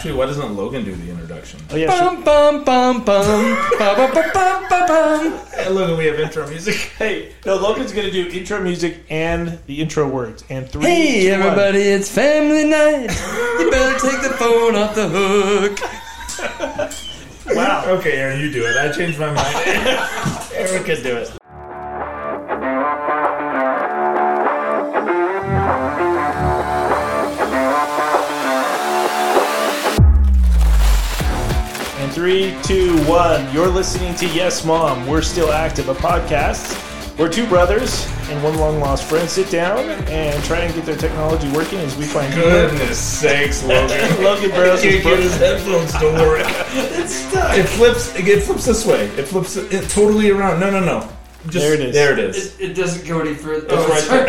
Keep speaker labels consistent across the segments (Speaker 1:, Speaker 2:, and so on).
Speaker 1: Actually, why doesn't Logan do the introduction?
Speaker 2: Oh yeah,
Speaker 3: Bum bum bum bum ba ba ba bum ba bum.
Speaker 1: Hey, Logan, we have intro music.
Speaker 2: Hey, no, Logan's gonna do intro music and the intro words and three.
Speaker 3: Hey
Speaker 2: two, one.
Speaker 3: everybody, it's family night. You better take the phone off the hook.
Speaker 2: Wow.
Speaker 1: Okay, Aaron, you do it. I changed my mind. Aaron can do it.
Speaker 2: And three, two, one. You're listening to Yes Mom. We're still active, a podcast where two brothers and one long lost friend sit down and try and get their technology working as we find
Speaker 1: Goodness sakes, Logan.
Speaker 2: Logan Burrows
Speaker 1: He
Speaker 2: is
Speaker 1: can't get his
Speaker 2: broken.
Speaker 1: headphones to work.
Speaker 2: It's stuck.
Speaker 1: It flips. It flips this way. It flips it totally around. No, no, no. Just,
Speaker 2: There it is.
Speaker 1: There it is.
Speaker 3: It doesn't go any further. Oh,
Speaker 1: It's Oh,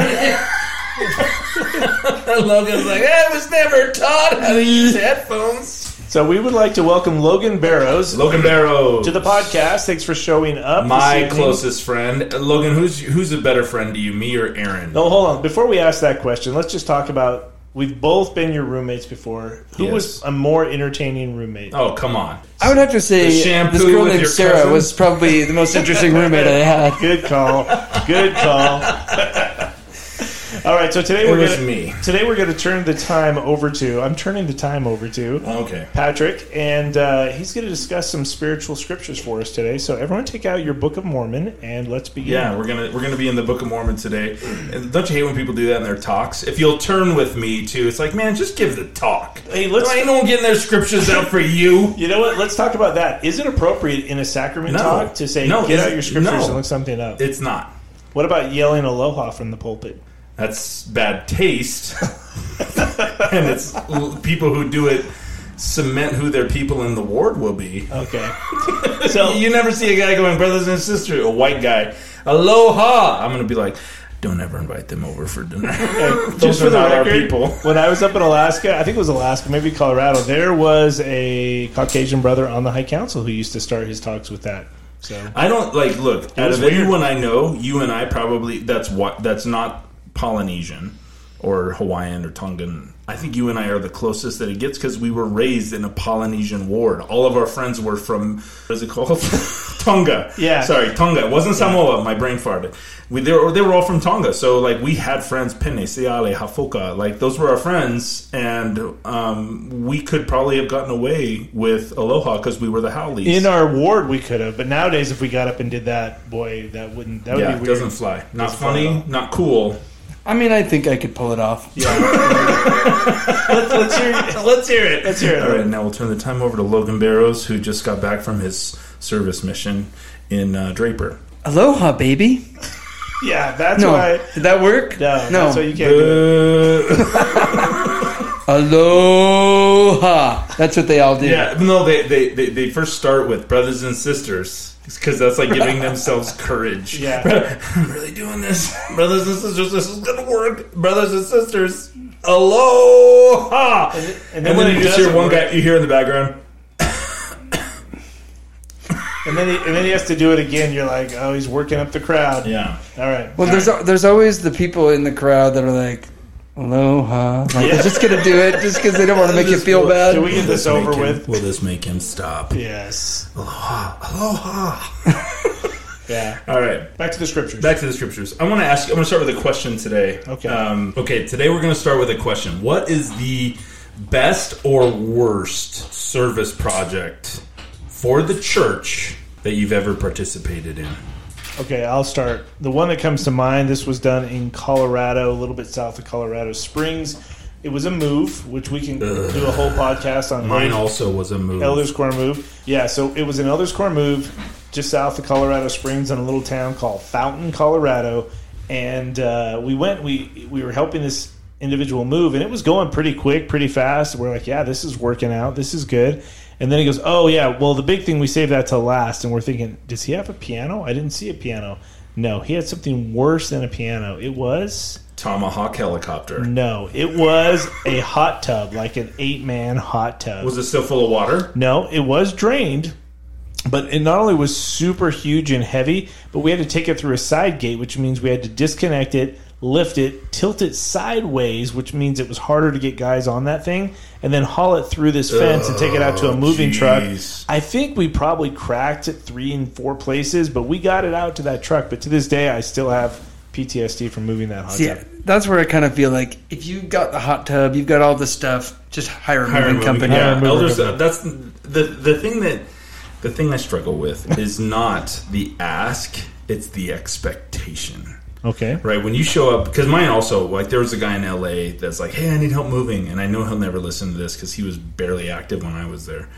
Speaker 1: right
Speaker 3: Logan's like, I was never taught how to use headphones.
Speaker 2: So we would like to welcome Logan Barrows
Speaker 1: Logan Barrow,
Speaker 2: to the podcast. Thanks for showing up. this
Speaker 1: my
Speaker 2: evening.
Speaker 1: closest friend. Uh, Logan, who's who's a better friend to you, me or Aaron?
Speaker 2: No, hold on. Before we ask that question, let's just talk about we've both been your roommates before. Who
Speaker 1: Yes.
Speaker 2: was a more entertaining roommate?
Speaker 1: Oh, come on.
Speaker 3: I would have to say
Speaker 1: The shampoo
Speaker 3: this girl
Speaker 1: with
Speaker 3: named
Speaker 1: your
Speaker 3: Sarah
Speaker 1: cousin?
Speaker 3: was probably the most interesting roommate I had.
Speaker 2: Good call. Good call. All right, so today
Speaker 1: It
Speaker 2: we're
Speaker 1: was
Speaker 2: gonna,
Speaker 1: me.
Speaker 2: today we're going to turn the time over to I'm turning the time over to
Speaker 1: Okay.
Speaker 2: Patrick, and uh, he's going to discuss some spiritual scriptures for us today. So everyone, take out your Book of Mormon and let's begin.
Speaker 1: Yeah, we're gonna we're gonna be in the Book of Mormon today. And don't you hate when people do that in their talks? If you'll turn with me too, it's like, man, just give the talk.
Speaker 2: Hey, let's.
Speaker 1: ain't no one getting their scriptures out for you.
Speaker 2: You know what? Let's talk about that. Is it appropriate in a sacrament
Speaker 1: No.
Speaker 2: talk to say
Speaker 1: No, is
Speaker 2: get out
Speaker 1: it-
Speaker 2: your scriptures
Speaker 1: no.
Speaker 2: and look something up?
Speaker 1: It's not.
Speaker 2: What about yelling aloha from the pulpit?
Speaker 1: That's bad taste, and it's l- people who do it cement who their people in the ward will be.
Speaker 2: Okay. So
Speaker 1: You never see a guy going, brothers and sisters, a white guy, aloha. I'm gonna be like, don't ever invite them over for dinner. Those
Speaker 2: just for
Speaker 1: are
Speaker 2: the
Speaker 1: not our
Speaker 2: record,
Speaker 1: people.
Speaker 2: when I was up in Alaska, I think it was Alaska, maybe Colorado, there was a Caucasian brother on the High Council who used to start his talks with that. So
Speaker 1: I don't like look out
Speaker 2: was
Speaker 1: of
Speaker 2: weird.
Speaker 1: anyone I know. You and I probably that's what that's not Polynesian or Hawaiian or Tongan. I think you and I are the closest that it gets because we were raised in a Polynesian ward. All of our friends were from what is it called Tonga?
Speaker 2: Yeah.
Speaker 1: sorry, Tonga. It wasn't Samoa. My brain farted. We, they, were, they were all from Tonga, so like we had friends Pene, Seale, Hafoka. Like those were our friends, and um, we could probably have gotten away with Aloha because we were the Howleys.
Speaker 2: in our ward, we could have, but nowadays, if we got up and did that, boy, that wouldn't that would
Speaker 1: yeah,
Speaker 2: be
Speaker 1: it
Speaker 2: weird.
Speaker 1: doesn't fly. Not
Speaker 2: Doesn't fly
Speaker 1: funny,
Speaker 2: at all.
Speaker 1: not cool.
Speaker 3: I mean, I think I could pull it off.
Speaker 2: let's, let's hear, let's hear it. Let's hear it.
Speaker 1: All right, now we'll turn the time over to Logan Barrows, who just got back from his service mission in uh, Draper.
Speaker 3: Aloha, baby.
Speaker 2: Yeah, that's
Speaker 3: No,
Speaker 2: why.
Speaker 3: did that work?
Speaker 2: No,
Speaker 3: no.
Speaker 2: that's why you can't do it.
Speaker 1: Uh,
Speaker 3: Aloha. That's what they all do.
Speaker 1: yeah, no, they, they, they, they first start with brothers and sisters because that's like giving themselves courage.
Speaker 2: Yeah.
Speaker 1: Bro- I'm really doing this. Brothers and sisters, this is going to work. Brothers and sisters, aloha. And,
Speaker 2: And
Speaker 1: then,
Speaker 2: when it
Speaker 1: you just hear
Speaker 2: doesn't
Speaker 1: one
Speaker 2: work-
Speaker 1: guy, you hear in the background,
Speaker 2: and then he, and then he has to do it again. You're like, oh, he's working up the crowd.
Speaker 1: yeah.
Speaker 2: All right.
Speaker 3: Well, there's there's always the people in the crowd that are like, "Aloha," like they're just gonna do it just because they don't want to make you feel bad.
Speaker 2: Should we get this over
Speaker 1: Make him-
Speaker 2: with?
Speaker 1: Will this make him stop?
Speaker 2: Yes.
Speaker 1: Aloha.
Speaker 2: Yeah.
Speaker 1: All right.
Speaker 2: Back to the scriptures.
Speaker 1: Back to the scriptures. I want to ask. I want to start with a question today.
Speaker 2: Okay.
Speaker 1: Um, okay. Today we're going to start with a question. What is the best or worst service project for the church that you've ever participated in?
Speaker 2: Okay, I'll start. The one that comes to mind, this was done in Colorado, a little bit south of Colorado Springs. It was a move, which we can do a whole podcast on.
Speaker 1: Mine also was a move.
Speaker 2: Elders Corps move. Yeah, so it was an Elders Corps move just south of Colorado Springs in a little town called Fountain, Colorado. And uh, we went, we, we were helping this individual move, and it was going pretty quick, pretty fast. We're like, yeah, this is working out. This is good. And then he goes, oh, yeah, well, the big thing, we saved that till last. And we're thinking, does he have a piano? I didn't see a piano. No, he had something worse than a piano. It was.
Speaker 1: Tomahawk helicopter.
Speaker 2: No, it was a hot tub, like an eight man hot tub.
Speaker 1: Was it still full of water?
Speaker 2: No, it was drained, but it not only was super huge and heavy, but we had to take it through a side gate, which means we had to disconnect it, lift it, tilt it sideways, which means it was harder to get guys on that thing, and then haul it through this fence and take it out to a moving
Speaker 1: jeez.
Speaker 2: truck. I think we probably cracked it three and four places, but we got it out to that truck. But to this day, I still have PTSD from moving that hot
Speaker 3: See,
Speaker 2: tub.
Speaker 3: that's where I kind of feel like if you've got the hot tub, you've got all the stuff, just hire a
Speaker 1: Hire
Speaker 3: moving
Speaker 1: moving-
Speaker 3: company.
Speaker 1: Yeah,
Speaker 2: moving
Speaker 1: elders.
Speaker 2: company.
Speaker 1: uh, That's the the thing that the thing I struggle with is not the ask; it's the expectation.
Speaker 2: Okay.
Speaker 1: Right when you show up, because mine also like there was a guy in LA that's like, "Hey, I need help moving," and I know he'll never listen to this because he was barely active when I was there.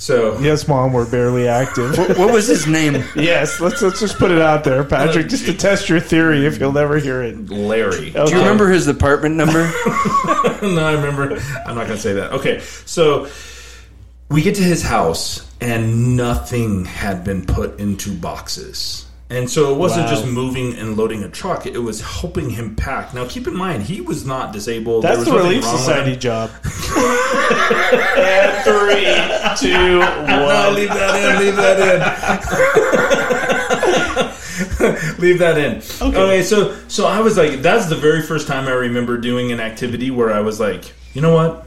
Speaker 1: So
Speaker 2: Yes, mom, we're barely active.
Speaker 3: What, what was his name?
Speaker 2: yes, let's let's just put it out there, Patrick, just to test your theory if you'll never hear it.
Speaker 1: Larry,
Speaker 3: Do you remember his apartment number?
Speaker 1: no, I remember. I'm not going to say that. Okay, so we get to his house, and nothing had been put into boxes. And so it wasn't
Speaker 2: Wow.
Speaker 1: just moving and loading a truck; it was helping him pack. Now, keep in mind, he was not disabled.
Speaker 2: That's the
Speaker 1: there was nothing
Speaker 2: Relief
Speaker 1: wrong with
Speaker 2: Society
Speaker 1: him.
Speaker 2: job. and three, two,
Speaker 1: No,
Speaker 2: one.
Speaker 1: leave that in. Leave that in. leave that in. Okay. So, so I was like, that's the very first time I remember doing an activity where I was like, you know what?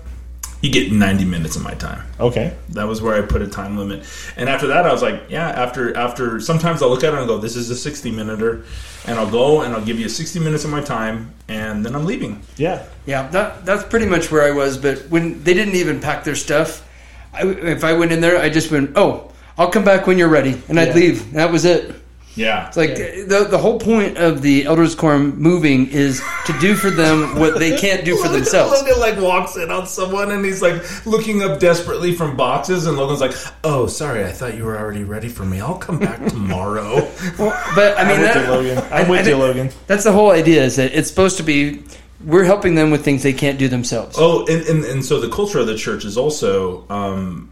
Speaker 1: You get 90 minutes of my time.
Speaker 2: Okay.
Speaker 1: That was where I put a time limit. And after that, I was like, yeah. After after, sometimes I'll look at it and go, this is a sixty minuter, and I'll go and I'll give you sixty minutes of my time, and then I'm leaving.
Speaker 2: Yeah.
Speaker 3: Yeah, that that's pretty much where I was. But when they didn't even pack their stuff, I, if I went in there, I just went, "Oh, I'll come back when you're ready," and I'd
Speaker 2: Yeah.
Speaker 3: leave. That was it.
Speaker 1: Yeah.
Speaker 3: It's like the the whole point of the Elders Quorum moving is to do for them what they can't do for
Speaker 1: Logan-
Speaker 3: themselves.
Speaker 1: Logan like walks in on someone and he's like looking up desperately from boxes, and Logan's like, "Oh, sorry, I thought you were already ready for me. I'll come back tomorrow."
Speaker 3: But I
Speaker 2: I'm
Speaker 3: mean,
Speaker 2: with
Speaker 3: that-
Speaker 2: you, Logan.
Speaker 3: I-
Speaker 2: I'm with
Speaker 3: I
Speaker 2: you,
Speaker 3: did-
Speaker 2: Logan.
Speaker 3: That's the whole idea is that it's supposed to be we're helping them with things they can't do themselves.
Speaker 1: oh, and, and and so the culture of the church is also. Um,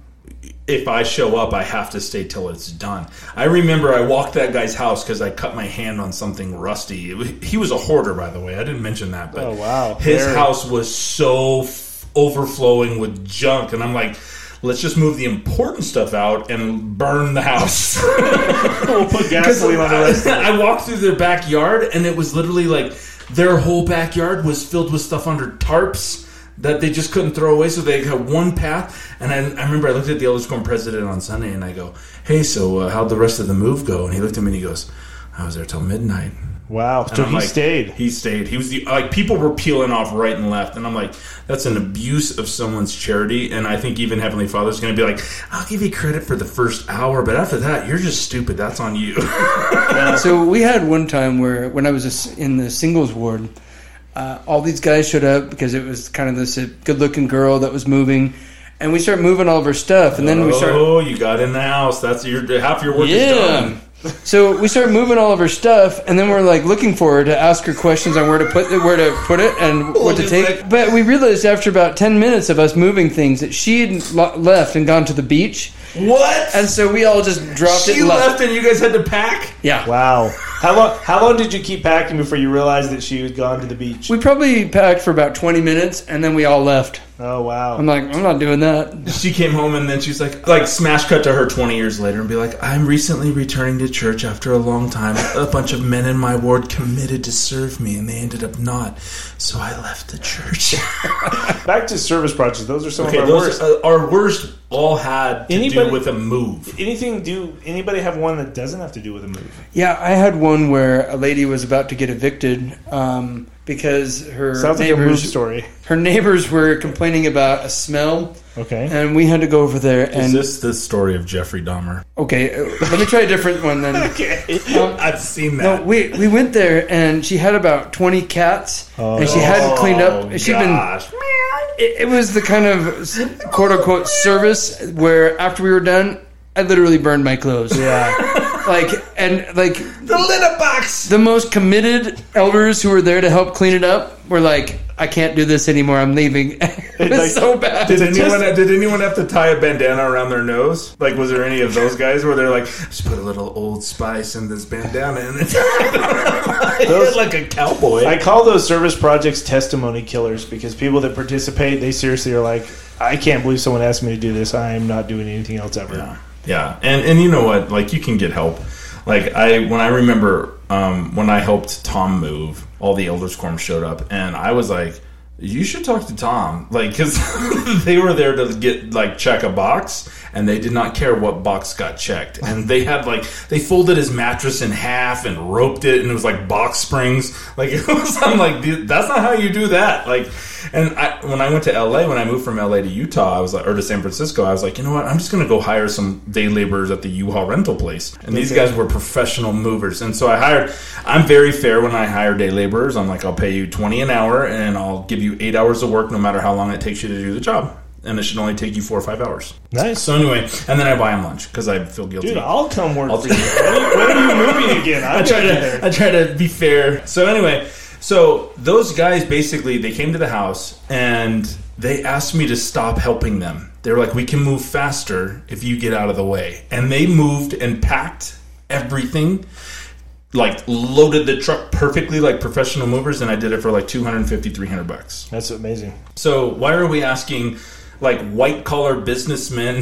Speaker 1: if I show up, I have to stay till it's done. I remember I walked that guy's house because I cut my hand on something rusty. It wa- He was a hoarder, by the way. I didn't mention that, but
Speaker 2: Oh, wow.
Speaker 1: his
Speaker 2: Very-
Speaker 1: house was so f- overflowing with junk, and I'm like, let's just move the important stuff out and burn the house.
Speaker 2: We'll put gasoline on the rest.
Speaker 1: I walked through their backyard, and it was literally like their whole backyard was filled with stuff under tarps that they just couldn't throw away. So they had one path. And I, I remember I looked at the Elder Scrum president on Sunday, and I go, "Hey, so uh, how'd the rest of the move go?" And he looked at me and he goes, "I was there till midnight."
Speaker 2: Wow. So
Speaker 1: And I'm
Speaker 2: he
Speaker 1: like,
Speaker 2: stayed.
Speaker 1: He stayed. He was the like people were peeling off right and left, and I'm like, that's an abuse of someone's charity. And I think even Heavenly Father's going to be like, I'll give you credit for the first hour, but after that, you're just stupid. That's on you.
Speaker 3: So we had one time where, when I was a s- in the singles ward, uh, all these guys showed up because it was kind of this uh, good-looking girl that was moving, and we started moving all of her stuff, and then we started,
Speaker 1: Oh, you got in the house. That's your half your work is
Speaker 3: yeah.
Speaker 1: done.
Speaker 3: So we started moving all of her stuff, and then we're like looking for her to ask her questions on where to put it, where to put it, and what to
Speaker 1: just
Speaker 3: take.
Speaker 1: like-
Speaker 3: But we realized after about ten minutes of us moving things that she had lo- left and gone to the beach,
Speaker 1: What?
Speaker 3: and so we all just dropped it.
Speaker 1: she
Speaker 3: and
Speaker 1: left and you guys had to pack.
Speaker 3: Yeah.
Speaker 2: Wow. How long? How long did you keep packing before you realized that she had gone to the beach?
Speaker 3: We probably packed for about 20 minutes and then we all left.
Speaker 2: Oh
Speaker 3: I'm
Speaker 2: wow.
Speaker 3: like, I'm not doing that.
Speaker 1: She came home and then she's like, like smash cut to her 20 years later and be like, I'm recently returning to church after a long time. A bunch of men in my ward committed to serve me and they ended up not, so I left the church.
Speaker 2: Back to service projects. Those are some
Speaker 1: okay,
Speaker 2: of our
Speaker 1: those
Speaker 2: worst.
Speaker 1: uh, our worst all had to
Speaker 2: Anybody-
Speaker 1: do with a move.
Speaker 2: Anything? Do anybody have one that doesn't have to do with a move?
Speaker 3: Yeah, I had one where a lady was about to get evicted um, because her
Speaker 2: Sounds like a move
Speaker 3: neighbors
Speaker 2: story.
Speaker 3: her neighbors were complaining about a smell,
Speaker 2: Okay.
Speaker 3: and we had to go over there
Speaker 1: Is
Speaker 3: and
Speaker 1: this the story of Jeffrey Dahmer?
Speaker 3: okay, uh, let me try a different one then.
Speaker 1: I've seen
Speaker 3: No,
Speaker 1: that.
Speaker 3: we we went there and she had about 20 cats and she hadn't cleaned up.
Speaker 1: Oh,
Speaker 3: She'd been
Speaker 1: gosh.
Speaker 3: it, it was the kind of quote unquote service where after we were done, I literally burned my clothes.
Speaker 2: Yeah.
Speaker 3: Like and like
Speaker 1: the litter box.
Speaker 3: the most committed elders who were there to help clean it up were like, I can't do this anymore. I'm leaving. it was
Speaker 2: Like,
Speaker 3: so bad.
Speaker 1: Did
Speaker 2: Did
Speaker 1: anyone
Speaker 2: just-
Speaker 1: did anyone have to tie a bandana around their nose? Like, was there any of those guys where they're like, just put a little Old Spice in this bandana and it's like a cowboy?
Speaker 2: I call those service projects testimony killers because people that participate, they seriously are like, I can't believe someone asked me to do this. I am not doing anything else ever.
Speaker 1: yeah, yeah, and and you know what? Like, you can get help. Like, I when I remember um, when I helped Tom move, all the Elder Squirm showed up, and I was like, "You should talk to Tom," like because they were there to get like check a box, and they did not care what box got checked, and they had like they folded his mattress in half and roped it, and it was like box springs, like it was. I'm like, "Dude, that's not how you do that, like. And I, when I went to LA, when I moved from LA to Utah, I was like, or to San Francisco, I was like, you know what? I'm just going to go hire some day laborers at the U-Haul rental place. And these guys were professional movers. And so I hired, I'm very fair when I hire day laborers. I'm like, I'll pay you 20 an hour and I'll give you eight hours of work no matter how long it takes you to do the job. And it should only take you four or five hours.
Speaker 2: Nice.
Speaker 1: So anyway, and then I buy them lunch because I feel guilty.
Speaker 2: Dude, I'll come work
Speaker 1: I'll
Speaker 2: for you. When are you- when are you moving again?
Speaker 1: I
Speaker 2: I'm
Speaker 1: try
Speaker 2: trying
Speaker 1: to
Speaker 2: there.
Speaker 1: I try to be fair. So anyway, so those guys basically they came to the house and they asked me to stop helping them. They were like, "We can move faster if you get out of the way." And they moved and packed everything. Like loaded the truck perfectly like professional movers and I did it for like 250 300 bucks.
Speaker 2: That's amazing.
Speaker 1: So why are we asking like white collar businessmen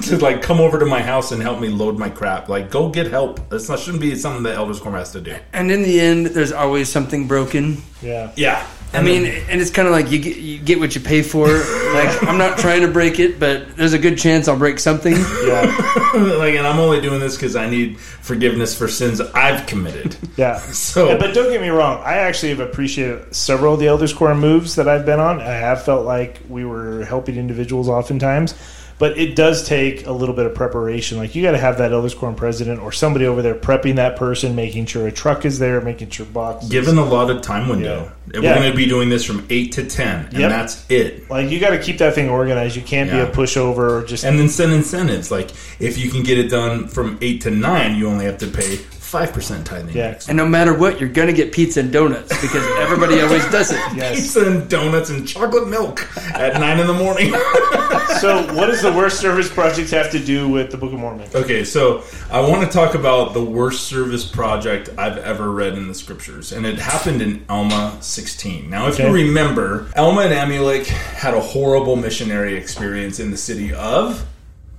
Speaker 1: to like come over to my house and help me load my crap? Like go get help. That's not shouldn't be something that Elder Scorn has to do.
Speaker 3: And in the end, there's always something broken.
Speaker 2: Yeah.
Speaker 1: Yeah.
Speaker 3: I mean, and it's kind of like you get, you get what you pay for. like, I'm not trying to break it, but there's a good chance I'll break something.
Speaker 2: Yeah.
Speaker 1: like and I'm only doing this cuz I need forgiveness for sins I've committed.
Speaker 2: Yeah.
Speaker 1: So
Speaker 2: Yeah, but don't get me wrong. I actually have appreciated several of the Elder Score moves that I've been on. I have felt like we were helping individuals oftentimes, but it does take a little bit of preparation. Like you got to have that Elder Score president or somebody over there prepping that person, making sure a truck is there, making sure boxes.
Speaker 1: given a lot of time window. and
Speaker 2: Yeah.
Speaker 1: We're going to be doing this from 8 to 10 and
Speaker 2: Yep.
Speaker 1: that's it.
Speaker 2: like you got to keep that thing organized. You can't
Speaker 1: Yeah.
Speaker 2: be a pushover. Or just
Speaker 1: And then send incentives like if you can get it done from 8 to 9 you only have to pay 5% tithing.
Speaker 2: yeah,
Speaker 3: And no matter what, you're going to get pizza and donuts because everybody always does it.
Speaker 2: yes.
Speaker 1: Pizza and donuts and chocolate milk at 9 in the morning.
Speaker 2: so what does the worst service project have to do with the Book of Mormon?
Speaker 1: Okay, so I want to talk about the worst service project I've ever read in the scriptures, and it happened in Alma 16. Now, if you
Speaker 2: Okay.
Speaker 1: remember, Alma and Amulek had a horrible missionary experience in the city of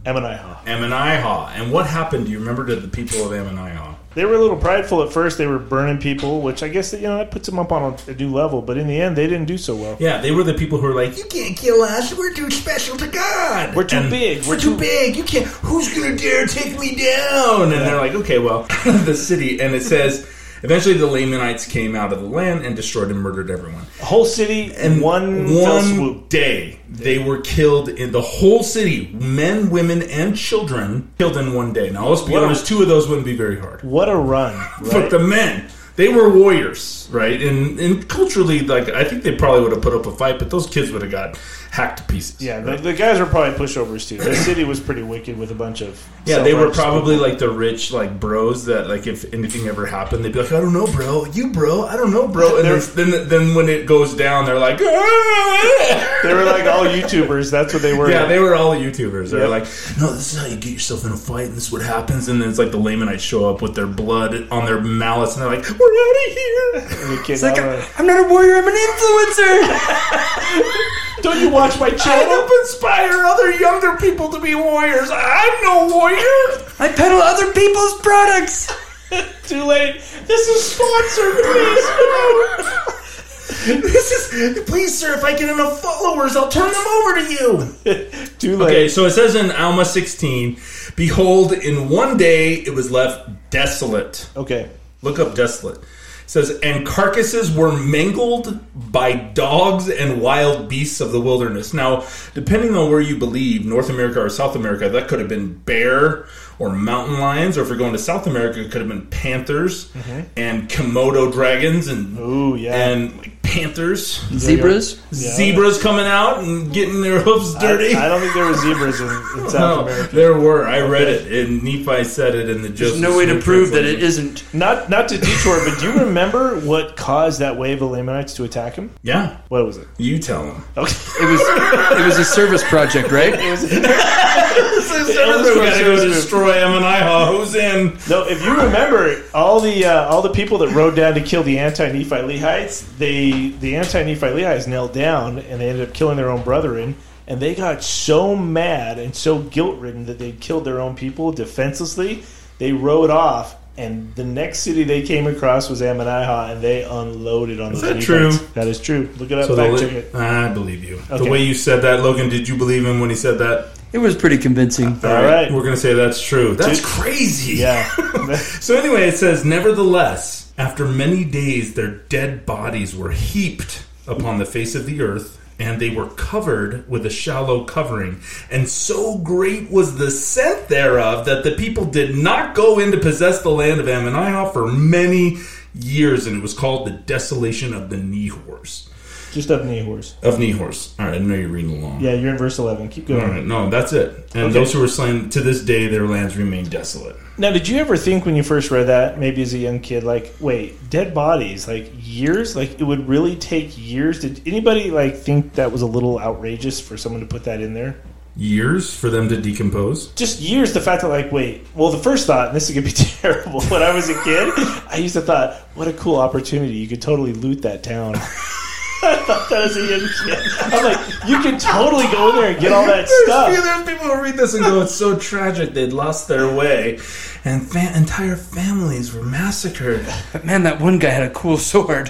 Speaker 2: Ammonihah.
Speaker 1: Ammonihah. And what happened, do you remember, to the people of Ammonihah?
Speaker 2: They were a little prideful at first. They were burning people, which I guess that, you know that puts them up on a new level. But in the end, they didn't do so well.
Speaker 1: Yeah, they were the people who were like, "You can't kill us. We're too special to God.
Speaker 2: We're too
Speaker 1: And
Speaker 2: big.
Speaker 1: We're,
Speaker 2: We're
Speaker 1: too,
Speaker 2: too-
Speaker 1: big. You can't. Who's gonna dare take me down?" And they're like, "Okay, well, the city." And it says, eventually, the Lamanites came out of the land and destroyed and murdered everyone.
Speaker 2: whole city in
Speaker 1: And
Speaker 2: one, fell swoop.
Speaker 1: one day, they were killed in the whole city. Men, women, and children killed in one day. Now, let's be
Speaker 2: What a-
Speaker 1: honest. Two of those wouldn't be very hard.
Speaker 2: What a run!
Speaker 1: But
Speaker 2: Right?
Speaker 1: the men, they were warriors, right? And and culturally, like I think they probably would have put up a fight, but those kids would have got hacked to pieces.
Speaker 2: yeah, the,
Speaker 1: right?
Speaker 2: the guys were probably pushovers too. The city was pretty wicked with a bunch of
Speaker 1: yeah. They were
Speaker 2: self-righteous
Speaker 1: probably
Speaker 2: people.
Speaker 1: like the rich, like bros that like if anything ever happened, they'd be like, I don't know, bro, you bro, I don't know, bro. And then then, then when it goes down, they're like. "Ah!"
Speaker 2: they were like all YouTubers. That's what they were.
Speaker 1: Yeah, they were all YouTubers. They were
Speaker 2: Yep.
Speaker 1: like, no, this is how you get yourself in a fight, and this is what happens. And then it's like the Lamanites show up with their blood on their mallets, and they're like, we're out of here.
Speaker 2: And the kid,
Speaker 3: It's like,
Speaker 2: "I'm
Speaker 3: I'm,
Speaker 2: a-
Speaker 3: I'm not a warrior, I'm an influencer.
Speaker 2: Don't you watch my
Speaker 1: I
Speaker 2: channel?
Speaker 1: help inspire other younger people to be warriors. I'm no warrior.
Speaker 3: I peddle other people's products.
Speaker 2: Too late. This is sponsored, please.
Speaker 1: This is please, sir. If I get enough followers, I'll turn them over to you.
Speaker 2: Too late.
Speaker 1: Okay, so it says in Alma 16, behold, in one day it was left desolate.
Speaker 2: Okay.
Speaker 1: Look up desolate. It says, and carcasses were mangled by dogs and wild beasts of the wilderness. Now, depending on where you believe, North America or South America, that could have been bear or mountain lions, or if you're going to South America, it could have been panthers
Speaker 3: Mm-hmm.
Speaker 1: and Komodo dragons and
Speaker 2: Ooh, yeah.
Speaker 1: and like, panthers,
Speaker 3: Zebras?
Speaker 1: zebras coming out and getting their hooves dirty.
Speaker 2: I, I don't think there were zebras in, in South
Speaker 1: No,
Speaker 2: America.
Speaker 1: there were. I read it, and Nephi said it in the. Joseph
Speaker 3: There's no way to
Speaker 1: Smith
Speaker 3: prove that it
Speaker 1: translation.
Speaker 3: isn't.
Speaker 2: Not not to detour, but do you remember what caused that wave of Lamanites to attack him?
Speaker 1: Yeah,
Speaker 2: What was it?
Speaker 1: you tell them.
Speaker 2: Okay.
Speaker 3: It was, it was a service project, right?
Speaker 1: Remember, we gotta go destroy Ammonihah. Who's in?
Speaker 2: No, if you remember, all the uh, all the people that rode down to kill the anti Nephi Lehites, they the anti Nephi Lehites knelt down and they ended up killing their own brethren, and they got so mad and so guilt ridden that they killed their own people defenselessly. They rode off And the next city they came across was Ammonihah, and they unloaded on
Speaker 1: Is
Speaker 2: those
Speaker 1: that
Speaker 2: Nephites.
Speaker 1: true?
Speaker 2: That is true. Look it up.
Speaker 1: So the
Speaker 2: fact
Speaker 1: li-
Speaker 2: check it.
Speaker 1: I believe you.
Speaker 2: Okay.
Speaker 1: The way you said that, Logan, did you believe him when he said that?
Speaker 3: It was pretty convincing.
Speaker 2: All right.
Speaker 1: We're going to say that's true. That's
Speaker 2: Dude.
Speaker 1: crazy.
Speaker 2: Yeah.
Speaker 1: So anyway, it says, Nevertheless, after many days, their dead bodies were heaped upon the face of the earth, and they were covered with a shallow covering. And so great was the scent thereof that the people did not go in to possess the land of Ammonihah for many years, and it was called the desolation of the Nehors.
Speaker 2: Just up Nehor's.
Speaker 1: Of Nehors. All right, I know you're reading along.
Speaker 2: Yeah, you're in verse 11. Keep
Speaker 1: All
Speaker 2: going.
Speaker 1: right, no, that's it. And
Speaker 2: Okay.
Speaker 1: those who were slain to this day, their lands remain desolate.
Speaker 2: Now, did you ever think when you first read that, maybe as a young kid, like, wait, dead bodies, like years? Like, it would really take years? Did anybody, like, think that was a little outrageous for someone to put that in there?
Speaker 1: Years for them to decompose.
Speaker 2: Just years, the fact that, like, wait, well, the first thought, and this is going to be terrible, when I was a kid, I used to thought, what a cool opportunity. You could totally loot that town. I thought that as a young kid. I'm like, you could totally go in there and get all that
Speaker 1: There's-
Speaker 2: stuff.
Speaker 1: There's people who read this and go, "It's so tragic. They'd lost their way, and fa- entire families were massacred."
Speaker 3: But man, that one guy had a cool sword.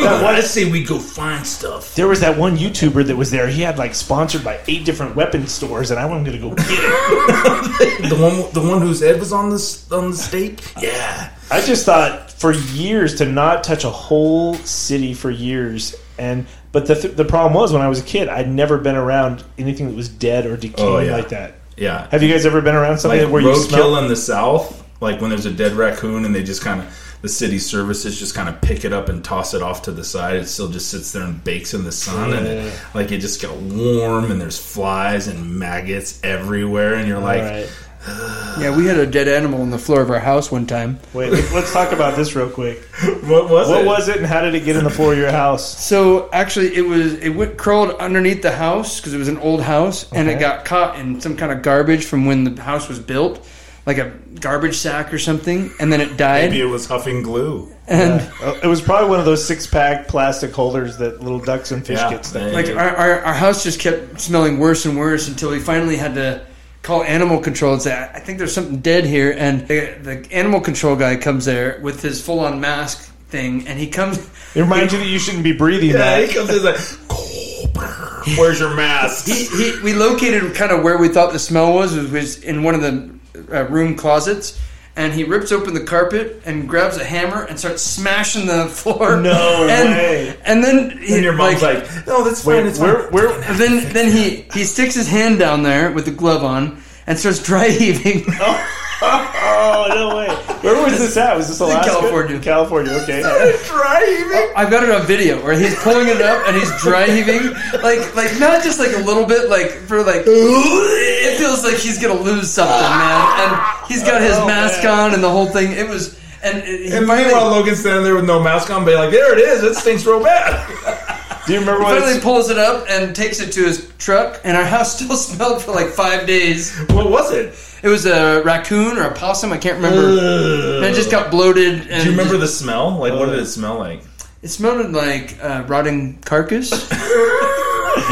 Speaker 1: Now, why I say we go find stuff.
Speaker 2: There was that one YouTuber that was there. He had like sponsored by eight different weapon stores, and I wanted to go get it.
Speaker 1: The one, the one whose head was on the s- on the stake. Yeah,
Speaker 2: I just thought for years to not touch a whole city for years, and but the th- the problem was when I was a kid, I'd never been around anything that was dead or decaying
Speaker 1: Oh, yeah.
Speaker 2: like that.
Speaker 1: yeah.
Speaker 2: Have you guys ever been around something
Speaker 1: like
Speaker 2: where you smell?
Speaker 1: roadkill in the south, like when there's a dead raccoon and they just kind of the city services just kind of pick it up and toss it off to the side. It still just sits there and bakes in the sun, and
Speaker 2: Yeah.
Speaker 1: it, like it just got warm and there's flies and maggots everywhere, and you're like,
Speaker 2: All right.
Speaker 3: yeah, we had a dead animal on the floor of our house one time.
Speaker 2: Wait, let- let's talk about this real quick.
Speaker 1: what was
Speaker 2: What
Speaker 1: it?
Speaker 2: was it, and how did it get in the floor of your house?
Speaker 3: So actually, it was it went crawled underneath the house because it was an old house, and it
Speaker 2: Okay.
Speaker 3: got caught in some kind of garbage from when the house was built, like a garbage sack or something, and then it died.
Speaker 1: Maybe it was huffing glue.
Speaker 3: and
Speaker 2: Uh, it was probably one of those six pack plastic holders that little ducks and fish
Speaker 1: Yeah.
Speaker 2: get stuck. in.
Speaker 3: like our, our our house just kept smelling worse and worse until we finally had to call animal control and say, "I I think there's something dead here." And the, the animal control guy comes there with his full on mask thing, and he comes.
Speaker 2: It reminds you that you shouldn't be breathing
Speaker 1: Yeah,
Speaker 2: that.
Speaker 1: he comes in like, "Where's your mask?"
Speaker 3: he, he, we located kind of where we thought the smell was was, was in one of the uh, room closets and he rips open the carpet and grabs a hammer and starts smashing the floor
Speaker 2: No
Speaker 3: and,
Speaker 2: way.
Speaker 3: and then he,
Speaker 1: And your mom's like, "No, that's fine.
Speaker 2: Wait,
Speaker 1: it's
Speaker 2: where-
Speaker 1: fine."
Speaker 2: where-
Speaker 3: and then then he he sticks his hand down there with the glove on and starts dry heaving
Speaker 2: Oh no way! Where was this at? Was this
Speaker 3: in
Speaker 2: Alaska?
Speaker 3: California.
Speaker 2: California. Okay.
Speaker 1: driving.
Speaker 3: I've got it on video where he's pulling it up and he's dry heaving like like not just like a little bit like for like it feels like he's gonna lose something man and he's got his
Speaker 2: Oh,
Speaker 3: mask
Speaker 2: man.
Speaker 3: on and the whole thing it was and it, he
Speaker 1: And
Speaker 3: finally,
Speaker 1: meanwhile, Logan's standing there with no mask on, but like, "There it is. It stinks real bad."
Speaker 2: Do you remember what?
Speaker 3: finally
Speaker 2: It's,
Speaker 3: pulls it up and takes it to his truck and our house still smelled for like five days
Speaker 1: What was it?
Speaker 3: it was a raccoon or a possum I can't remember and it
Speaker 1: Do
Speaker 3: just got bloated and
Speaker 1: you remember the smell? Like, what did it smell like?
Speaker 3: it smelled like uh, rotting carcass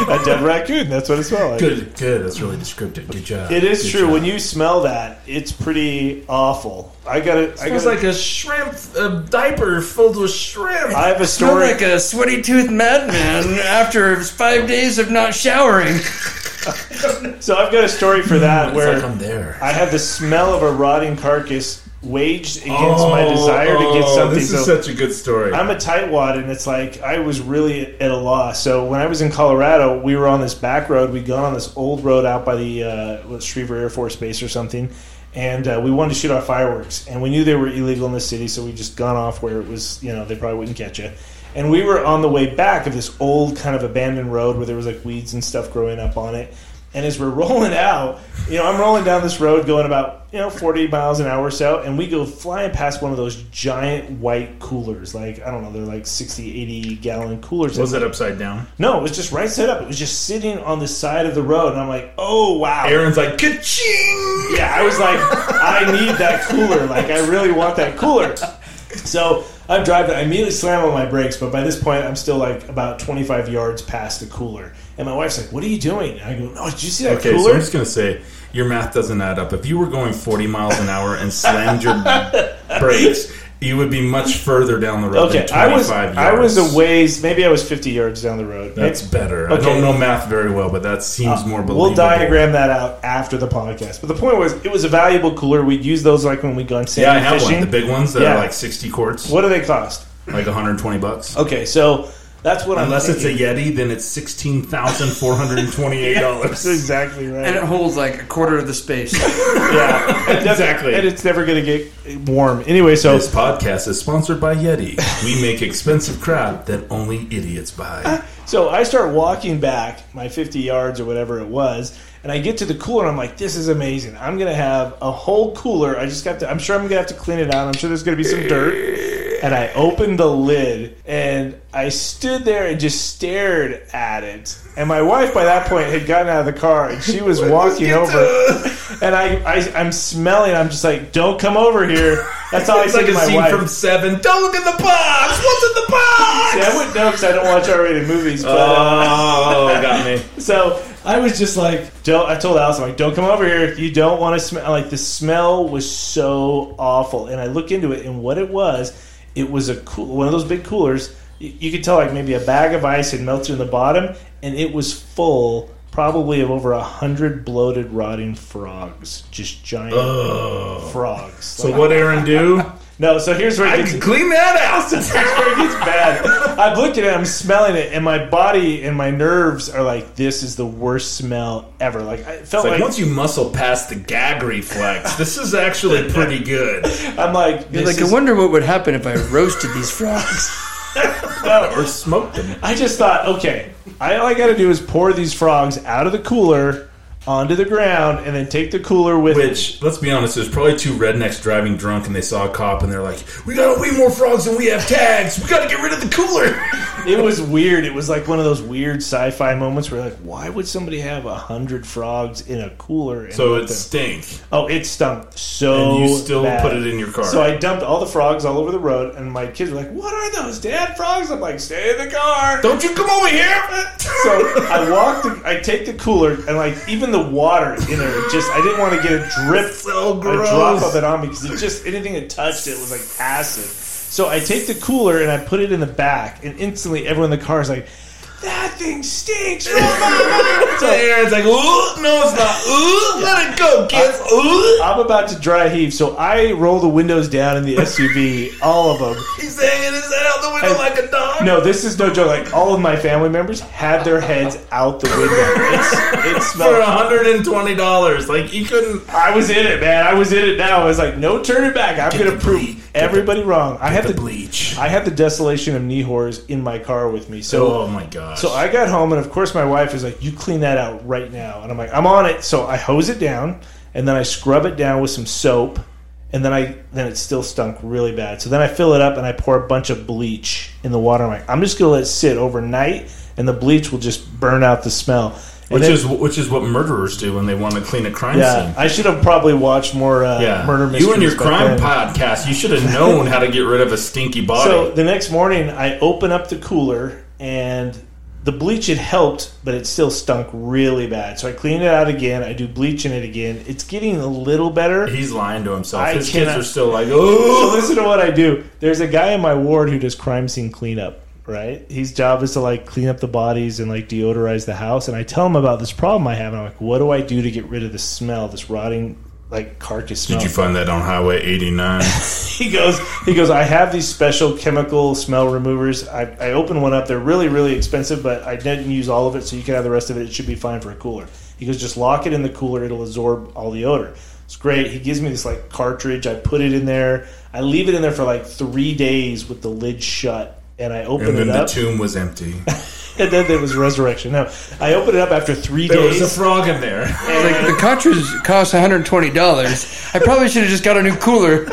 Speaker 2: a dead raccoon. That's what it smelled like.
Speaker 1: Good, good. That's really descriptive. Good job.
Speaker 2: It is
Speaker 1: Good
Speaker 2: true.
Speaker 1: job.
Speaker 2: When you smell that, it's pretty awful. I got it. I
Speaker 1: It was
Speaker 2: got
Speaker 1: like a shrimp, a diaper filled with shrimp.
Speaker 2: I have a
Speaker 3: smelled
Speaker 2: story.
Speaker 3: like a sweaty toothed madman after five days of not showering.
Speaker 2: so I've got a story for that
Speaker 1: it's
Speaker 2: where
Speaker 1: like I'm there.
Speaker 2: I had the smell of a rotting carcass waged against my desire to get
Speaker 1: oh,
Speaker 2: something.
Speaker 1: This is
Speaker 2: so
Speaker 1: such a good story.
Speaker 2: I'm a tightwad, and it's like I was really at a loss. So when I was in Colorado, we were on this back road. We'd gone on this old road out by the uh, what, Schriever Air Force Base or something, and uh, we wanted to shoot our fireworks. And we knew they were illegal in the city, so we just gone off where it was, you know, they probably wouldn't catch you. And we were on the way back of this old kind of abandoned road where there was like weeds and stuff growing up on it. And as we're rolling out, you know, I'm rolling down this road going about, you know, 40 miles an hour or so, and we go flying past one of those giant white coolers. Like, I don't know, they're like 60, 80 gallon coolers.
Speaker 1: was it upside down?
Speaker 2: No, it was just right set up. It was just sitting on the side of the road. And I'm like, oh, wow.
Speaker 1: Aaron's like, ka-ching!
Speaker 2: Yeah, I was like, I need that cooler. Like, I really want that cooler. So I'm driving. I immediately slam on my brakes, but by this point, I'm still like about 25 yards past the cooler. And my wife's like, "What are you doing?" And I go, "Oh, did you see that
Speaker 1: Okay, so I'm
Speaker 2: cooler?"
Speaker 1: just gonna say your math doesn't add up. If you were going 40 miles an hour and slammed your brakes, you would be much further down the road
Speaker 2: okay,
Speaker 1: than 25
Speaker 2: I was
Speaker 1: yards.
Speaker 2: I was a ways. Maybe I was 50 yards down the road.
Speaker 1: That's
Speaker 2: Maybe-
Speaker 1: better. I
Speaker 2: Okay. Uh,
Speaker 1: don't know math very well, but that seems more believable.
Speaker 2: We'll diagram that out after the podcast. But the point was, it was a valuable cooler. We'd use those like when we gone
Speaker 1: Yeah, I
Speaker 2: salmon
Speaker 1: have
Speaker 2: fishing.
Speaker 1: one. The big ones that
Speaker 2: Yeah.
Speaker 1: are like 60 quarts,
Speaker 2: what do they cost?
Speaker 1: like 120 bucks.
Speaker 2: Okay, so that's what
Speaker 1: Unless
Speaker 2: I'm
Speaker 1: it's a
Speaker 2: thinking.
Speaker 1: Yeti, then it's sixteen thousand four hundred and twenty-eight
Speaker 2: That's
Speaker 1: dollars.
Speaker 2: exactly right.
Speaker 3: and it holds like a quarter of the space.
Speaker 2: yeah, And that's-
Speaker 1: Exactly.
Speaker 2: And it's never going to get warm anyway. So
Speaker 1: This podcast is sponsored by Yeti. We make expensive crap that only idiots buy.
Speaker 2: So I start walking back my 50 yards or whatever it was, and I get to the cooler and I'm like, this is amazing. I'm gonna have a whole cooler. I just got to. I'm sure I'm gonna have to clean it out. I'm sure there's gonna be some dirt. And I opened the lid and I stood there and just stared at it. And my wife by that point had gotten out of the car and she was walking over. And I, I, I'm smelling. I'm just like, don't come over here. That's all I
Speaker 1: It's
Speaker 2: said
Speaker 1: like
Speaker 2: to
Speaker 1: a
Speaker 2: my
Speaker 1: scene
Speaker 2: wife.
Speaker 1: from Seven. Don't look in the box. What's in the box?
Speaker 2: See, I wouldn't know because I don't watch R-rated movies. But, uh,
Speaker 1: Oh, got me.
Speaker 2: So I was just like, don't, I told Alice, I'm like, don't come over here. You don't want to smell. Like, the smell was so awful. And I look into it, and what it was, it was a cool, one of those big coolers. You, you could tell, like, maybe a bag of ice had melted in the bottom, and it was full, probably of over a hundred bloated, rotting frogs. Just giant
Speaker 1: Oh.
Speaker 2: frogs.
Speaker 1: So what, Aaron? Do
Speaker 2: no, so here's where it
Speaker 1: I
Speaker 2: gets
Speaker 1: can clean that out.
Speaker 2: where it gets bad. I've looked at it, I'm smelling it, and my body and my nerves are like, this is the worst smell ever. Like, I felt
Speaker 1: It's like
Speaker 2: like,
Speaker 1: once you muscle past the gag reflex, this is actually pretty good.
Speaker 2: I'm like,
Speaker 3: You're
Speaker 2: this
Speaker 3: like, I
Speaker 2: is-
Speaker 3: wonder what would happen if I roasted these frogs.
Speaker 1: Or smoked them.
Speaker 2: I just thought, okay, I, all I got to do is pour these frogs out of the cooler onto the ground and then take the cooler with
Speaker 1: Which, let's be honest, there's probably two rednecks driving drunk and they saw a cop and they're like, "We got way more frogs than we have tags. We got to get rid of the cooler."
Speaker 2: it was weird. It was like one of those weird sci-fi moments where, like, why would somebody have a hundred frogs in a cooler? And
Speaker 1: So
Speaker 2: let
Speaker 1: it
Speaker 2: them-
Speaker 1: stink.
Speaker 2: Oh, it stunk so.
Speaker 1: And you still
Speaker 2: bad.
Speaker 1: put it in your car.
Speaker 2: So I dumped all the frogs all over the road, and my kids were like, "What are those, Dad? Frogs?" I'm like, "Stay in the car."
Speaker 1: Don't you come over here!
Speaker 2: So I walked. The, I take the cooler, and like even the water in there, just I didn't want to get a drip,
Speaker 1: So
Speaker 2: a drop of
Speaker 1: gross.
Speaker 2: it on me because it just anything that touched it was like acid. So I take the cooler and I put it in the back, and instantly everyone in the car is like, "That thing stinks!"
Speaker 1: So Aaron's like, ooh, no, it's not. Ooh, let it go, kids. Ooh.
Speaker 2: I'm about to dry heave, so I roll the windows down in the SUV, all of them.
Speaker 1: He's hanging his head out the window
Speaker 2: And-
Speaker 1: like a dog.
Speaker 2: No, this is no joke. Like all of my family members had their heads out the window. It's, it
Speaker 1: For
Speaker 2: smelled.
Speaker 1: $120. Like, you couldn't.
Speaker 2: I was in it, man. I was in it. Now I was like, no turning back. I'm
Speaker 1: Get
Speaker 2: going to
Speaker 1: the bleed.
Speaker 2: prove
Speaker 1: Get the-
Speaker 2: everybody wrong. I had
Speaker 1: The
Speaker 2: the
Speaker 1: bleach.
Speaker 2: I had the desolation of Nehors in my car with me. So
Speaker 1: Oh my gosh.
Speaker 2: So I got home, and of course, my wife is like, "You clean that out right now." And I'm like, "I'm on it." So I hose it down, and then I scrub it down with some soap, and then I then it still stunk really bad. So then I fill it up and I pour a bunch of bleach in the water. I'm like, "I'm just gonna let it sit overnight, and the bleach will just burn out the smell." And
Speaker 1: which
Speaker 2: then-
Speaker 1: is which is what murderers do when they want to clean a crime
Speaker 2: yeah,
Speaker 1: scene.
Speaker 2: I should have probably watched more uh,
Speaker 1: Yeah,
Speaker 2: murder mysteries.
Speaker 1: you and your
Speaker 2: back
Speaker 1: crime
Speaker 2: then.
Speaker 1: podcast. You should have known how to get rid of a stinky body.
Speaker 2: So the next morning, I open up the cooler and the bleach had helped, but it still stunk really bad. So I clean it out again. I do bleach in it again. It's getting a little better.
Speaker 1: He's lying to himself.
Speaker 2: I
Speaker 1: His
Speaker 2: cannot-
Speaker 1: kids are still like,
Speaker 2: So
Speaker 1: oh,
Speaker 2: listen to what I do. There's a guy in my ward who does crime scene cleanup. Right, his job is to like clean up the bodies and like deodorize the house. And I tell him about this problem I have, and I'm like, "What do I do to get rid of the smell, this rotting like carcass smell?"
Speaker 1: Did you find that on Highway 89?
Speaker 2: he goes he goes i have these special chemical smell removers I, I opened one up they're really really expensive but i didn't use all of it so you can have the rest of it it should be fine for a cooler he goes just lock it in the cooler it'll absorb all the odor it's great he gives me this like cartridge i put it in there i leave it in there for like three days with the lid shut and i open
Speaker 1: and then
Speaker 2: it
Speaker 1: the
Speaker 2: up
Speaker 1: tomb was empty.
Speaker 2: and then there was resurrection no i open it up after three
Speaker 1: There
Speaker 2: days
Speaker 1: was a frog in there.
Speaker 3: Like the cartridge costs $120. I probably should have just got a new cooler.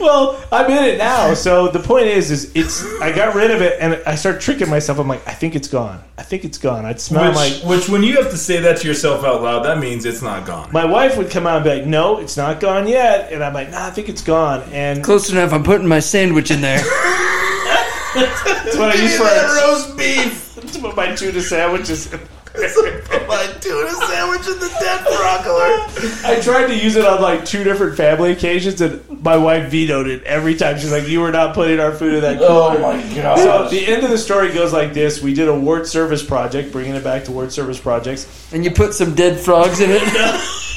Speaker 2: well, I'm in it now. So the point is, is it's I got rid of it and I start tricking myself. I'm like, I think it's gone. I think it's gone. I'd smell
Speaker 1: Which,
Speaker 2: like
Speaker 1: which, when you have to say that to yourself out loud, that means it's not gone.
Speaker 2: my wife would come out and be like, No, it's not gone yet. And I'm like, Nah, I think it's gone. And
Speaker 3: Close enough. I'm putting my sandwich in there.
Speaker 2: that's what I
Speaker 1: Give me
Speaker 2: use for
Speaker 1: that
Speaker 2: our-
Speaker 1: roast beef.
Speaker 2: that's what my tuna sandwiches.
Speaker 1: Put my tuna sandwich in the dead broccoli.
Speaker 2: I tried to use it on like two different family occasions, and my wife vetoed it every time. She's like, "You were not putting our food in that."
Speaker 1: Oh,
Speaker 2: cooler."
Speaker 1: god!
Speaker 2: So the end of the story goes like this: We did a ward service project, bringing it back to ward service projects.
Speaker 3: and you put some dead frogs in it.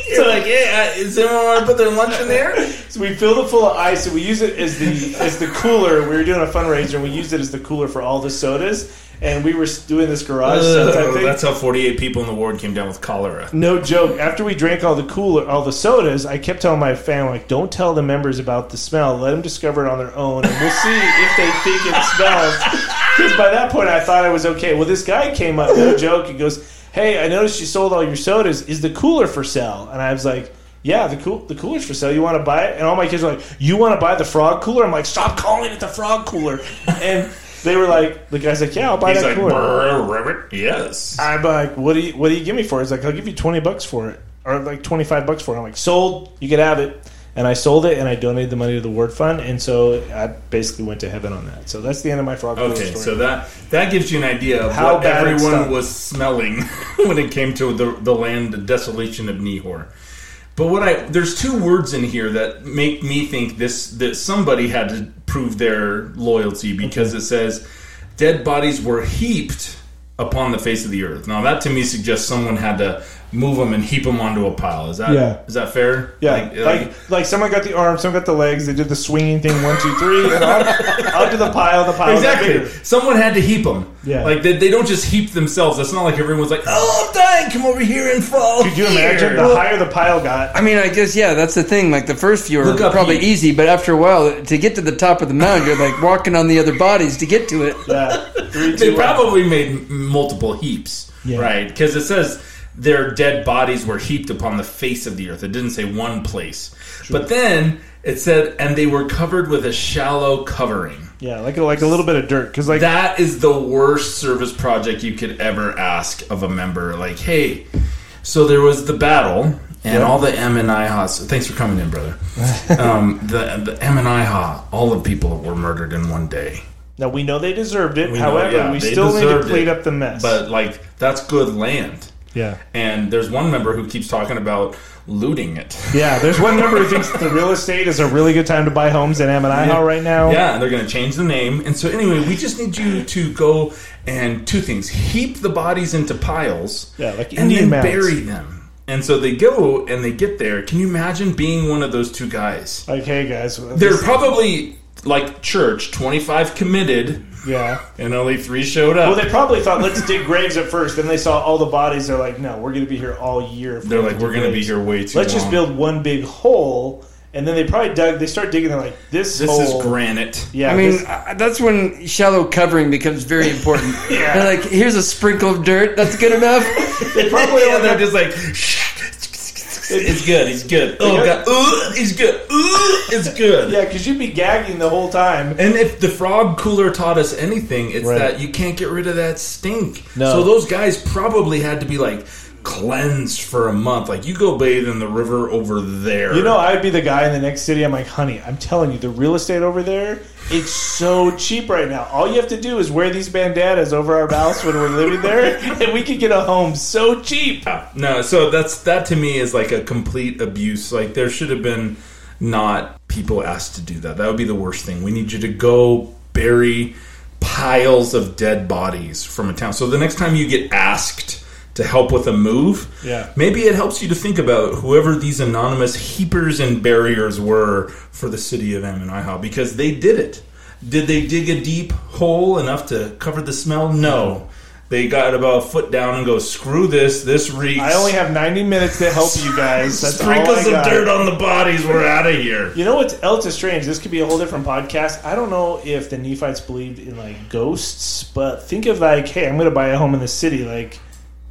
Speaker 1: You're like, yeah, is anyone want to put their lunch in there?
Speaker 2: So we filled it full of ice, and we use it as the as the cooler. We were doing a fundraiser, and we used it as the cooler for all the sodas. And we were doing this garage sometime
Speaker 1: Ugh,
Speaker 2: thing.
Speaker 1: "Oh, that's how 48 people in the ward came down with cholera.
Speaker 2: No joke. After we drank all the cooler, all the sodas, I kept telling my family, like, don't tell the members about the smell. Let them discover it on their own, and we'll see if they think it smells. Because by that point, I thought I was okay. Well, this guy came up, no joke. He goes, "Hey, I noticed you sold all your sodas. Is the cooler for sale?" And I was like. Yeah, the cool the cooler's for sale. You want to buy it? And all my kids were like, "You want to buy the frog cooler?" I'm like, "Stop calling it the frog cooler." And they were like, "The guy's like, yeah, I'll buy
Speaker 1: He's
Speaker 2: that
Speaker 1: like,
Speaker 2: cooler."
Speaker 1: "Brr, ribbit, yes.
Speaker 2: I'm like, what do you what do you give me for? it? He's like, I'll give you twenty bucks for it, or like twenty five bucks for it. I'm like, sold. You could have it. And I sold it, and I donated the money to the Word Fund, and so I basically went to heaven on that. So that's the end of my frog.
Speaker 1: Okay,
Speaker 2: story.
Speaker 1: so that that gives you an idea of
Speaker 2: How
Speaker 1: what
Speaker 2: bad it
Speaker 1: everyone
Speaker 2: stunk.
Speaker 1: was smelling when it came to the, the land, the desolation of Nehor. But what I there's two words in here that make me think this that somebody had to prove their loyalty because it says dead bodies were heaped upon the face of the earth. Now that to me suggests someone had to move them and heap them onto a pile. Is that
Speaker 2: Yeah.
Speaker 1: is that fair?
Speaker 2: yeah,
Speaker 1: Like-
Speaker 2: like, like someone got the arms, someone got the legs. They did the swinging thing, one, two, three, and on, onto the pile. The pile got
Speaker 1: Exactly.
Speaker 2: bigger.
Speaker 1: Someone had to heap them.
Speaker 2: Oh, Yeah.
Speaker 1: Like they, they don't just heap themselves. It's not like everyone's like, "Oh, I'm dying. Come over here and fall."
Speaker 2: Could you imagine?
Speaker 1: here."
Speaker 2: The higher the pile got,
Speaker 3: I mean, I guess yeah, that's the thing. Like the first few are
Speaker 1: Look up
Speaker 3: probably
Speaker 1: heat.
Speaker 3: easy, but after a while, to get to the top of the mound, you're like walking on the other bodies to get to it.
Speaker 2: yeah, three,
Speaker 1: they
Speaker 2: two, one.
Speaker 1: probably made m- multiple heaps,
Speaker 2: Yeah.
Speaker 1: right? Because it says their dead bodies were heaped upon the face of the earth. It didn't say one place. But then it said, and they were covered with a shallow covering.
Speaker 2: yeah, like a, like a little bit of dirt because like
Speaker 1: That is the worst service project you could ever ask of a member. Like, hey, so there was the battle, and all the M and I Ha's. Thanks for coming in, brother. um, the the M and I Ha, all the people were murdered in one day.
Speaker 2: now we know they deserved it.
Speaker 1: We know,
Speaker 2: However,
Speaker 1: yeah,
Speaker 2: we
Speaker 1: they
Speaker 2: still need to
Speaker 1: deserved
Speaker 2: clean
Speaker 1: it.
Speaker 2: up the mess.
Speaker 1: But like, that's good land.
Speaker 2: yeah.
Speaker 1: And there's one member who keeps talking about looting it.
Speaker 2: Yeah, there's one member who thinks the real estate is a really good time to buy homes in Ammonihau right now.
Speaker 1: Yeah, and they're going to change the name. And so, anyway, we just need you to go and two things: heap the bodies into piles,
Speaker 2: Yeah, like
Speaker 1: and then
Speaker 2: Indian mounds.
Speaker 1: bury them. And so they go and they get there. Can you imagine being one of those two guys?
Speaker 2: Like, hey guys,
Speaker 1: They're
Speaker 2: this-
Speaker 1: probably like church, twenty five committed,
Speaker 2: yeah.
Speaker 1: and only three showed up.
Speaker 2: Well, they probably thought let's dig graves at first. Then they saw all the bodies. They're like, no, we're going to be here all year. if
Speaker 1: they, are
Speaker 2: we
Speaker 1: like,
Speaker 2: dig
Speaker 1: we're going to be here
Speaker 2: graves.
Speaker 1: way too.
Speaker 2: Let's just
Speaker 1: long.
Speaker 2: build one big hole, and then they probably dug. They start digging. They're like, this,
Speaker 1: This
Speaker 2: hole.
Speaker 1: is granite.
Speaker 2: Oh. Yeah,
Speaker 3: I mean,
Speaker 2: this-
Speaker 3: I- that's when shallow covering becomes very important.
Speaker 2: Yeah.
Speaker 3: They're like, here's a sprinkle of dirt. That's good enough.
Speaker 2: they probably
Speaker 1: Yeah,
Speaker 2: only
Speaker 1: they're
Speaker 2: got,
Speaker 1: just like. It's good. It's good. Oh god. Ugh, it's good. Ugh, it's good.
Speaker 2: yeah, because you'd be gagging the whole time.
Speaker 1: And if the frog cooler taught us anything, it's
Speaker 2: Right.
Speaker 1: that you can't get rid of that stink.
Speaker 2: No.
Speaker 1: So those guys probably had to be like cleansed for a month. Like you go bathe in the river over there.
Speaker 2: You know, I'd be the guy in the next city. I'm like, honey, I'm telling you, the real estate over there, it's so cheap right now. All you have to do is wear these bandanas over our mouths when we're living there, and we could get a home so cheap.
Speaker 1: Yeah. no. So that's that to me is like a complete abuse. Like there should have been not people asked to do that. That would be the worst thing. We need you to go bury piles of dead bodies from a town. So the next time you get asked to help with a move,
Speaker 2: Yeah.
Speaker 1: maybe it helps you to think about whoever these anonymous heapers and barriers were for the city of Ammonihah because they did it. Did they dig a deep hole enough to cover the smell? No. They got about a foot down and go, screw this, this reeks.
Speaker 2: I only have 90 minutes to "Oh help you guys. That's all
Speaker 1: Sprinkle
Speaker 2: I
Speaker 1: some
Speaker 2: got.
Speaker 1: dirt on the bodies, we're out of here.
Speaker 2: You know what else is strange? This could be a whole different podcast. I don't know if the Nephites believed in like ghosts, but think of like, hey, I'm going to buy a home in the city. Like,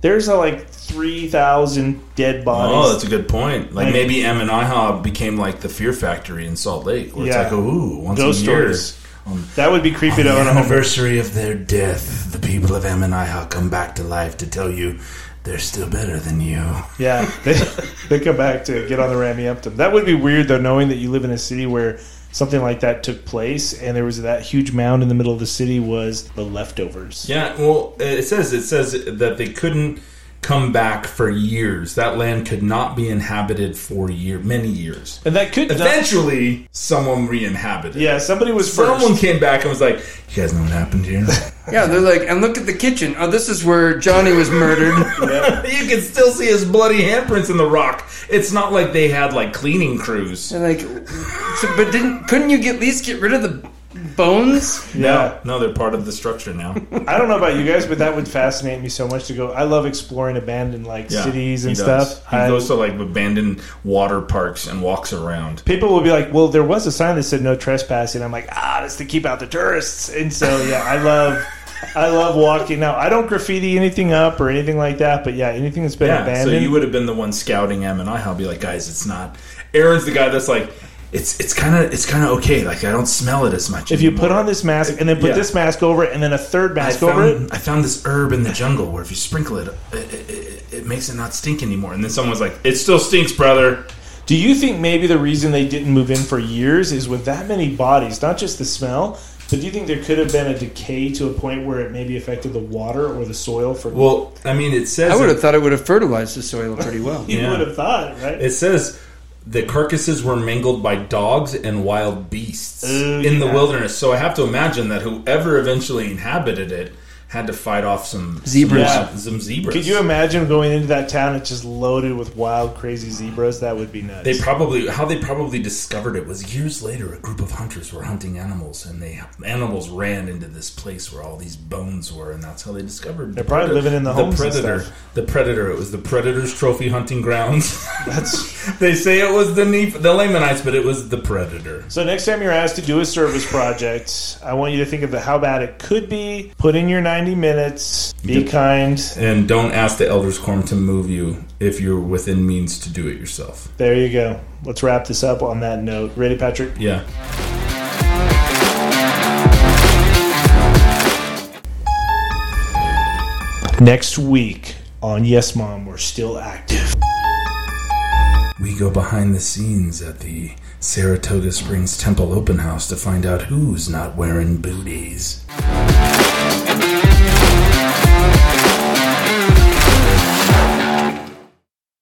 Speaker 2: There's uh, like three thousand dead
Speaker 1: Oh,
Speaker 2: bodies.
Speaker 1: that's a good point. Like,
Speaker 2: Like-
Speaker 1: maybe M and IHOP became like the Fear Factory in Salt Lake. Where
Speaker 2: Yeah.
Speaker 1: It's like, ooh, once
Speaker 2: Ghost
Speaker 1: a year. Um,
Speaker 2: stories.
Speaker 1: on-
Speaker 2: that would be creepy
Speaker 1: On
Speaker 2: to
Speaker 1: the
Speaker 2: own a home.
Speaker 1: anniversary of their death, the people of M and IHOP come back to life to tell you they're still better than you.
Speaker 2: Yeah, they, they come back to get on the Ramyumptum. That would be weird though, knowing that you live in a city where something like that took place, and there was that huge mound in the middle of the city was the leftovers.
Speaker 1: Yeah, well, it says it says that they couldn't come back for years. That land could not be inhabited for year, many years.
Speaker 2: And that could not,
Speaker 1: Eventually, someone re-inhabited.
Speaker 2: yeah, somebody was first.
Speaker 1: Someone came back and was like, "You guys know what happened here?
Speaker 3: Yeah, they're like, and look at the kitchen. Oh, this is where Johnny was murdered.
Speaker 1: you can still see his bloody handprints in the rock. It's not like they had like cleaning crews.
Speaker 3: They're like, so, but didn't couldn't you get, at least get rid of the bones?
Speaker 2: Yeah.
Speaker 1: No, no, they're part of the structure now.
Speaker 2: I don't know about you guys, but that would fascinate me so much to go. I love exploring abandoned like
Speaker 1: Yeah,
Speaker 2: cities
Speaker 1: he
Speaker 2: and
Speaker 1: does.
Speaker 2: stuff.
Speaker 1: He
Speaker 2: I-
Speaker 1: goes to like abandoned water parks and walks around.
Speaker 2: people will be like, "Well, there was a sign that said no trespassing." I'm like, "Ah, that's to keep out the tourists." And so, yeah, I love, I love walking. Now, I don't graffiti anything up or anything like that, but yeah, anything that's been
Speaker 1: Yeah, so
Speaker 2: abandoned.
Speaker 1: you would have been the one scouting M and I. I'll be like, guys, it's not. Aaron's the guy that's like, it's it's kind of it's kind of okay. Like I don't smell it as much.
Speaker 2: if you
Speaker 1: anymore.
Speaker 2: put on this mask and then put
Speaker 1: Yeah.
Speaker 2: this mask over it and then a third
Speaker 1: I
Speaker 2: mask over it,
Speaker 1: found, I found this herb in the jungle where if you sprinkle it, it, it, it, it makes it not stink anymore. And then someone's like, it still stinks, brother.
Speaker 2: do you think maybe the reason they didn't move in for years is with that many bodies, not just the smell? But do you think there could have been a decay to a point where it maybe affected the water or the soil for?
Speaker 1: Well, I mean, it says
Speaker 3: I would have thought it would have fertilized the soil pretty well.
Speaker 2: you
Speaker 1: yeah.
Speaker 2: would have thought, right?
Speaker 1: It says the carcasses were mangled by dogs and wild beasts
Speaker 2: Ooh,
Speaker 1: in the
Speaker 2: yeah.
Speaker 1: wilderness. So I have to imagine that whoever eventually inhabited it had to fight off some
Speaker 3: Zebras.
Speaker 1: Yeah, some zebras.
Speaker 2: Could you imagine going into that town? It's just loaded with wild, crazy zebras. That would be nuts.
Speaker 1: They probably how they probably discovered it was years later. A group of hunters were hunting animals, and they animals ran into this place where all these bones were, and that's how they discovered.
Speaker 2: They're probably living in the homes and
Speaker 1: predator.
Speaker 2: stuff.
Speaker 1: The predator. It was the predator's trophy hunting grounds.
Speaker 2: That's-
Speaker 1: they say it was the Neph- the Lamanites, but it was the predator.
Speaker 2: so next time you're asked to do a service project, I want you to think of the how bad it could be. Put in your 90 minutes. Be
Speaker 1: Yep.
Speaker 2: kind.
Speaker 1: And don't ask the elders quorum to move you if you're within means to do it yourself.
Speaker 2: There you go. Let's wrap this up on that note. Ready, Patrick?
Speaker 1: Yeah.
Speaker 2: Next week on Yes Mom, we're still active.
Speaker 1: We go behind the scenes at the Saratoga Springs Temple Open House to find out who's not wearing booties.